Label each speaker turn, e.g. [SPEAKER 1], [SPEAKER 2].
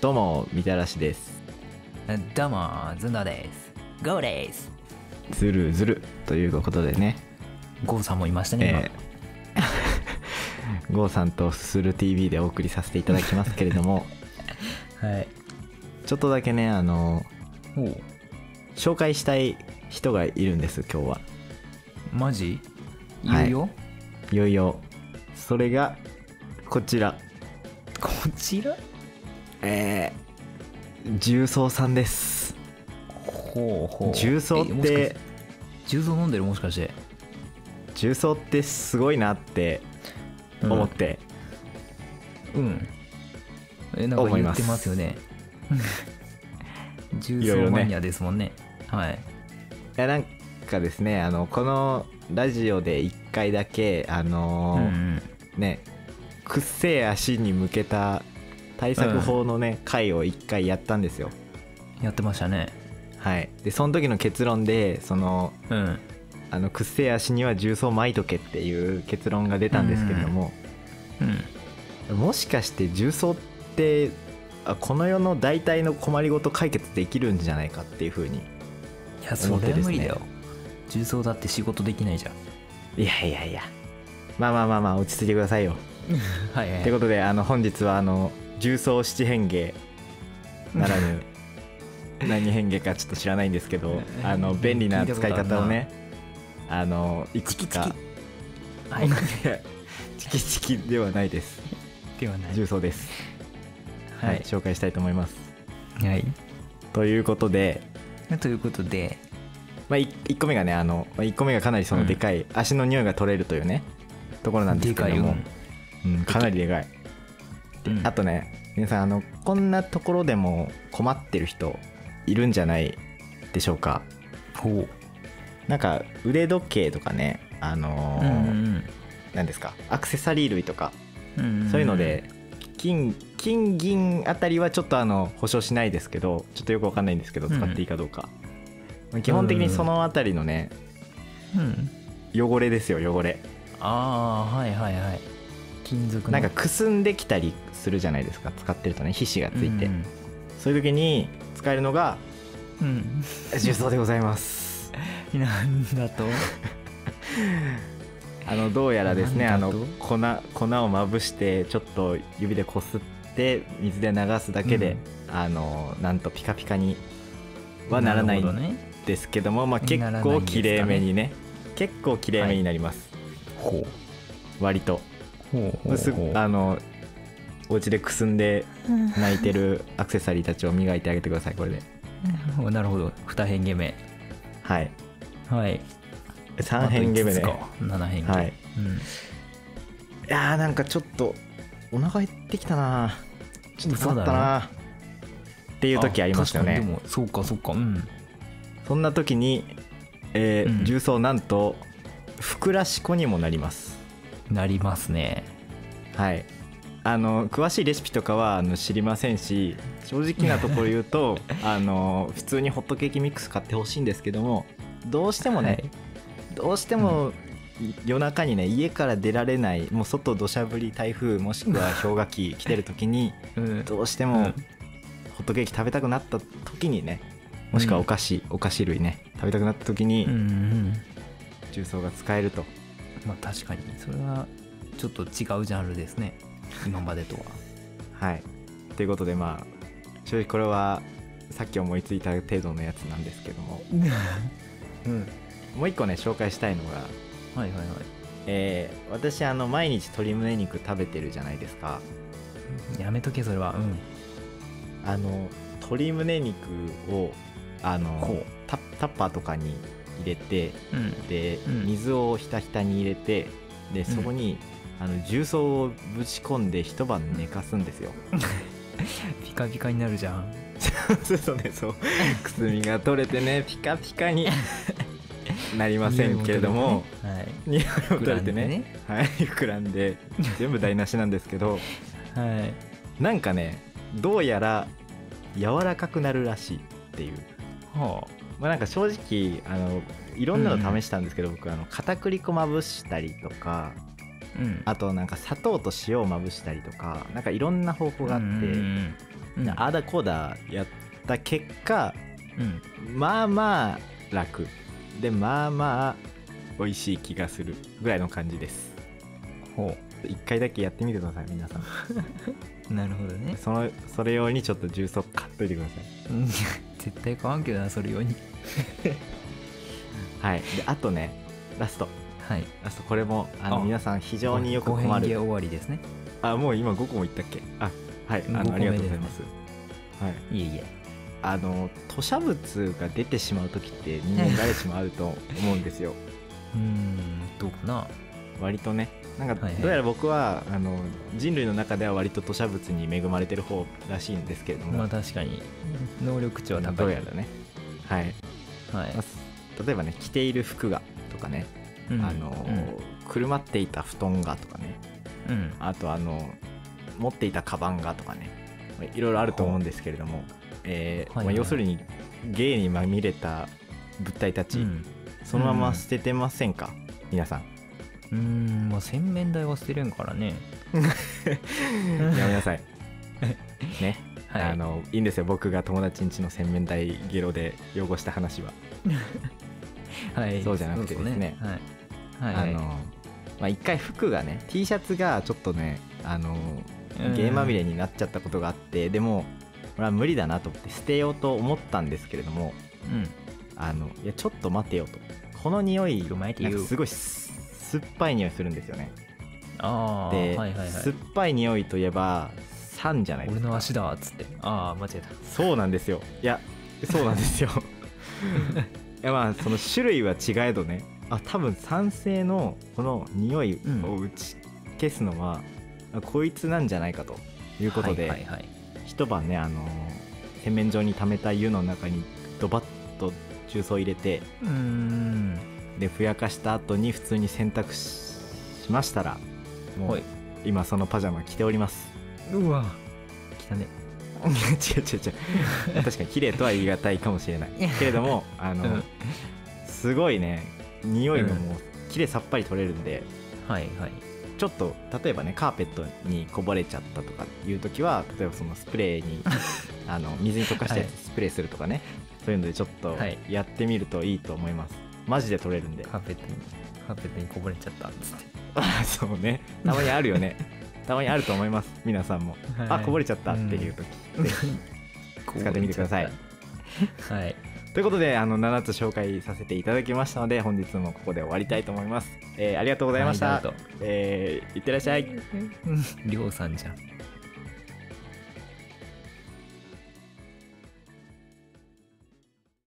[SPEAKER 1] どうもみたらしです
[SPEAKER 2] どうも、ずんどうです。ゴーです。
[SPEAKER 1] ずるずるということでね
[SPEAKER 2] ゴーさんもいましたね、今
[SPEAKER 1] えー ゴーさんとすする TV でお送りさせていただきますけれど も
[SPEAKER 2] はい。
[SPEAKER 1] ちょっとだけねあの
[SPEAKER 2] おう
[SPEAKER 1] 紹介したい人がいるんです今日は
[SPEAKER 2] マジ
[SPEAKER 1] はい
[SPEAKER 2] 言うよ、
[SPEAKER 1] いよいよそれがこちら
[SPEAKER 2] こちら
[SPEAKER 1] えー重曹さんです
[SPEAKER 2] ほうほう。
[SPEAKER 1] 重曹っ
[SPEAKER 2] えもしかしてて重曹飲んでるもしかして。
[SPEAKER 1] 重曹ってすごいなって思って、
[SPEAKER 2] うん。え、なんか
[SPEAKER 1] 思い
[SPEAKER 2] 言
[SPEAKER 1] ま
[SPEAKER 2] っ
[SPEAKER 1] す
[SPEAKER 2] てますよね。重
[SPEAKER 1] いろいろ
[SPEAKER 2] 曹
[SPEAKER 1] ね
[SPEAKER 2] マニアですもんね。はい。
[SPEAKER 1] いやなんかですねあのこのラジオで1回だけあ
[SPEAKER 2] う
[SPEAKER 1] の
[SPEAKER 2] んう
[SPEAKER 1] ー
[SPEAKER 2] ん。
[SPEAKER 1] ねくっせえ足に向けた対策法のね、回を1回やったんですよ
[SPEAKER 2] やってましたね。
[SPEAKER 1] はいでその時の結論でその
[SPEAKER 2] うん。
[SPEAKER 1] あのくっせえ足には重曹まいとけっていう結論が出たんですけれども、
[SPEAKER 2] うん。
[SPEAKER 1] もしかして重曹ってあこの世の大体の困りごと解決できるんじゃないかっていうふうに
[SPEAKER 2] いや、
[SPEAKER 1] 思
[SPEAKER 2] そ
[SPEAKER 1] って
[SPEAKER 2] れ
[SPEAKER 1] です
[SPEAKER 2] は
[SPEAKER 1] ね
[SPEAKER 2] 無理だよ。重曹だって仕事できないじゃん。
[SPEAKER 1] いやいやいやまあまあまあまあ落ち着いてくださいよ
[SPEAKER 2] はいはい
[SPEAKER 1] ということであの本日はあの重曹七変化なら ぬ何変化かちょっと知らないんですけどあの便利な使い方をねあのいくつか
[SPEAKER 2] はい。
[SPEAKER 1] チキチキではないです
[SPEAKER 2] ではない。
[SPEAKER 1] 重曹です、はい
[SPEAKER 2] はい。
[SPEAKER 1] 紹介したいと思います
[SPEAKER 2] はい。
[SPEAKER 1] ということで、
[SPEAKER 2] ということで、
[SPEAKER 1] まあ、1個目がねあの1個目がかなりそのでかい、足の匂いが取れるというねところなんです
[SPEAKER 2] で
[SPEAKER 1] け
[SPEAKER 2] か
[SPEAKER 1] ど
[SPEAKER 2] い
[SPEAKER 1] も
[SPEAKER 2] よ。
[SPEAKER 1] うん、かなりでかい
[SPEAKER 2] うん
[SPEAKER 1] あとね皆さんあのこんなところでも困ってる人いるんじゃないでしょうか
[SPEAKER 2] ほ
[SPEAKER 1] なんか腕時計とかねあ
[SPEAKER 2] う。
[SPEAKER 1] の
[SPEAKER 2] う
[SPEAKER 1] ー
[SPEAKER 2] ん
[SPEAKER 1] なんですかアクセサリー類とか
[SPEAKER 2] うんん
[SPEAKER 1] そういうので、金金銀あたりはちょっとあの保証しないですけどちょっとよくわかんないんですけど
[SPEAKER 2] うん
[SPEAKER 1] 使っていいかどうか、基本的にそのあたりのね
[SPEAKER 2] うん
[SPEAKER 1] 汚れですよ汚れ
[SPEAKER 2] ああはいはいはい金属の
[SPEAKER 1] なんかくすんできたりするじゃないですか使ってるとね皮脂がついて、
[SPEAKER 2] うん
[SPEAKER 1] そういう時に使えるのが
[SPEAKER 2] うん、
[SPEAKER 1] 重曹でございます
[SPEAKER 2] うん、 なんだと
[SPEAKER 1] あのどうやらですねあ
[SPEAKER 2] なん
[SPEAKER 1] の
[SPEAKER 2] だと
[SPEAKER 1] 粉粉をまぶしてちょっと指でこすって水で流すだけで、あのなんとピカピカにはならない
[SPEAKER 2] るほ
[SPEAKER 1] ん
[SPEAKER 2] どね
[SPEAKER 1] ですけどもまあ、結
[SPEAKER 2] ならないん
[SPEAKER 1] 構
[SPEAKER 2] ですか
[SPEAKER 1] き
[SPEAKER 2] ね
[SPEAKER 1] れいめにね結構きれいめになります、
[SPEAKER 2] ほう
[SPEAKER 1] 割と
[SPEAKER 2] ほうほう
[SPEAKER 1] す
[SPEAKER 2] ほう
[SPEAKER 1] あのお家でくすんで泣いてるアクセサリーたちを磨いてあげてくださいこれで
[SPEAKER 2] うんなるほど二変化目
[SPEAKER 1] はい
[SPEAKER 2] はい
[SPEAKER 1] 3変化目で、
[SPEAKER 2] あと五つか七変化
[SPEAKER 1] はい、
[SPEAKER 2] うん
[SPEAKER 1] いやーなんかちょっとお腹減ってきたなちょっと
[SPEAKER 2] そう
[SPEAKER 1] 困っ
[SPEAKER 2] だね
[SPEAKER 1] たなっていう時ありましたよ
[SPEAKER 2] 確か
[SPEAKER 1] ね
[SPEAKER 2] にでもそうかそうかうん
[SPEAKER 1] そんな時に、えー
[SPEAKER 2] うん
[SPEAKER 1] 重曹なんとふくらし粉にもなります
[SPEAKER 2] なりますね
[SPEAKER 1] はいあの詳しいレシピとかはあの知りませんし正直なところ言う とあの普通にホットケーキミックス買ってほしいんですけどもどうしてもね、
[SPEAKER 2] はい
[SPEAKER 1] どうしても夜中にね家から出られないもう外土砂降り台風もしくは氷河期来てる時に
[SPEAKER 2] うん
[SPEAKER 1] どうして
[SPEAKER 2] う
[SPEAKER 1] も
[SPEAKER 2] ん
[SPEAKER 1] ホットケーキ食べたくなった時にねもしくはお菓子、お菓子類ね食べたくなった時
[SPEAKER 2] うんう
[SPEAKER 1] に
[SPEAKER 2] ん
[SPEAKER 1] 重曹が使えると、
[SPEAKER 2] まあ確かにそれはちょっと違うジャンルですね今までとは
[SPEAKER 1] はいということでまあ正直これはさっき思いついた程度のやつなんですけども、うん、もう一個ね紹介したいのが、
[SPEAKER 2] はいはいはい
[SPEAKER 1] えー私あの毎日鶏胸肉食べてるじゃないですか
[SPEAKER 2] やめとけそれはうん
[SPEAKER 1] あの鶏胸肉をあの
[SPEAKER 2] ほう
[SPEAKER 1] タタッパーとかに入れて
[SPEAKER 2] うん
[SPEAKER 1] で、
[SPEAKER 2] うん
[SPEAKER 1] 水をひたひたに入れてでそこに、あの重曹をぶち込んで一晩寝かすんですよ。
[SPEAKER 2] ピカピカになるじゃん
[SPEAKER 1] そうそうね そうくすみが取れてねピカピカ になりませんけれども
[SPEAKER 2] はい
[SPEAKER 1] 匂いを取
[SPEAKER 2] 膨ら
[SPEAKER 1] れ
[SPEAKER 2] んで
[SPEAKER 1] てね
[SPEAKER 2] ね
[SPEAKER 1] はい膨らんで全部台無しなんですけど
[SPEAKER 2] はい
[SPEAKER 1] なんかねどうやら柔らかくなるらしいっていう。
[SPEAKER 2] は
[SPEAKER 1] まあ、なんか正直あのいろんなの試したんですけど、僕あの片栗粉まぶしたりとか
[SPEAKER 2] あうん
[SPEAKER 1] あとなんか砂糖と塩をまぶしたりとかなんかいろんな方法があって、
[SPEAKER 2] うんうんうんうん
[SPEAKER 1] ああだこうだやった結果
[SPEAKER 2] うん
[SPEAKER 1] まあまあ楽でまあまあ美味しい気がするぐらいの感じです
[SPEAKER 2] ほ
[SPEAKER 1] 一回だけやってみてください皆さん
[SPEAKER 2] うなるほどね
[SPEAKER 1] そのそれ用にちょっと重曹買っといてください
[SPEAKER 2] うん絶対買わんけどなそれ用に
[SPEAKER 1] はいであとねラスト
[SPEAKER 2] はい
[SPEAKER 1] ラストこれもあの
[SPEAKER 2] あ
[SPEAKER 1] 皆さん非常によく
[SPEAKER 2] 後
[SPEAKER 1] 困
[SPEAKER 2] 編芸
[SPEAKER 1] る
[SPEAKER 2] 終わりですね
[SPEAKER 1] あもう今5個も言ったっけあはいあ
[SPEAKER 2] 五個
[SPEAKER 1] の
[SPEAKER 2] 目
[SPEAKER 1] ありがとうございますはい
[SPEAKER 2] いえいえ
[SPEAKER 1] あの吐砂物が出てしまう時 って人間誰しもあると思うんですよ
[SPEAKER 2] うーんどうかな
[SPEAKER 1] 割とねなんか
[SPEAKER 2] はいはい
[SPEAKER 1] どうやら僕はあの人類の中では割と吐砂物に恵まれてる方らしいんですけれども、
[SPEAKER 2] まあ確かに能力値は高い
[SPEAKER 1] どうやらねはい、
[SPEAKER 2] はい
[SPEAKER 1] まあ例えばね着ている服がとかね、
[SPEAKER 2] うん
[SPEAKER 1] あのくるまっていた布団がとかね
[SPEAKER 2] うんうん
[SPEAKER 1] あとあの持っていたカバンがとかねまあいろいろあると思うんですけれども、えーま
[SPEAKER 2] はいは
[SPEAKER 1] あ、
[SPEAKER 2] い
[SPEAKER 1] 要するに芸にまみれた物体たち、
[SPEAKER 2] うん
[SPEAKER 1] そのまま捨ててませんか、皆さん
[SPEAKER 2] うーんまあ洗面台は捨てれんからね
[SPEAKER 1] やめな さいね、
[SPEAKER 2] はい
[SPEAKER 1] あのいいんですよ僕が友達ん家の洗面台ゲロで汚した話は、
[SPEAKER 2] はい
[SPEAKER 1] そうじゃなくてですね
[SPEAKER 2] そうはいはい
[SPEAKER 1] あのまあ、一回服がね T シャツがちょっとねあの
[SPEAKER 2] うん
[SPEAKER 1] ゲーまみれになっちゃったことがあって、でもこれは無理だなと思って捨てようと思ったんですけれども
[SPEAKER 2] うん
[SPEAKER 1] あのいやちょっと待てよとこの匂い
[SPEAKER 2] ちょっと
[SPEAKER 1] な
[SPEAKER 2] 待
[SPEAKER 1] ん
[SPEAKER 2] てよ
[SPEAKER 1] かすごいす酸っぱい匂いするんですよね
[SPEAKER 2] ああ
[SPEAKER 1] で、
[SPEAKER 2] はいはいはい
[SPEAKER 1] 酸っぱい匂いといえば酸じゃないで
[SPEAKER 2] 俺
[SPEAKER 1] すか
[SPEAKER 2] の足だっつってああ間違えた
[SPEAKER 1] そうなんですよいやそうなんですよいやまあその種類は違えどねあ多分酸性のこの匂いを打ち消すのは、あこいつなんじゃないかということで、
[SPEAKER 2] はいはいはい
[SPEAKER 1] 一晩ねあの洗面所に溜めた湯の中にドバッと重曹入れて
[SPEAKER 2] うーん
[SPEAKER 1] でふやかした後に普通に洗濯ししましたらも
[SPEAKER 2] ほ
[SPEAKER 1] う
[SPEAKER 2] い
[SPEAKER 1] 今そのパジャマ着ております
[SPEAKER 2] うわ汚ね
[SPEAKER 1] 違う違う 違う確かに綺麗とは言い難いかもしれないけれどもあの、
[SPEAKER 2] うん
[SPEAKER 1] すごいね匂いが
[SPEAKER 2] うん
[SPEAKER 1] もう綺麗さっぱり取れるんで
[SPEAKER 2] はいはい
[SPEAKER 1] ちょっと例えばねカーペットにこぼれちゃったとかいう時は例えばそのスプレー にあの水に溶かしたや
[SPEAKER 2] は
[SPEAKER 1] つ
[SPEAKER 2] い
[SPEAKER 1] スプレーするとかね、そういうのでちょっと
[SPEAKER 2] はい
[SPEAKER 1] やってみるといいと思います、マジで取れるんで
[SPEAKER 2] カーペットにカーペットにこぼれちゃったっつって
[SPEAKER 1] あ そうねたまにあるよねたまにあると思います皆さんも、あこぼれちゃったっていう時、使ってみてください
[SPEAKER 2] はい
[SPEAKER 1] ということであの7つ紹介させていただきましたので本日もここで終わりたいと思います、えーありがとうございました、
[SPEAKER 2] はいどうぞ
[SPEAKER 1] えーいってらっしゃい
[SPEAKER 2] りょうさんじゃん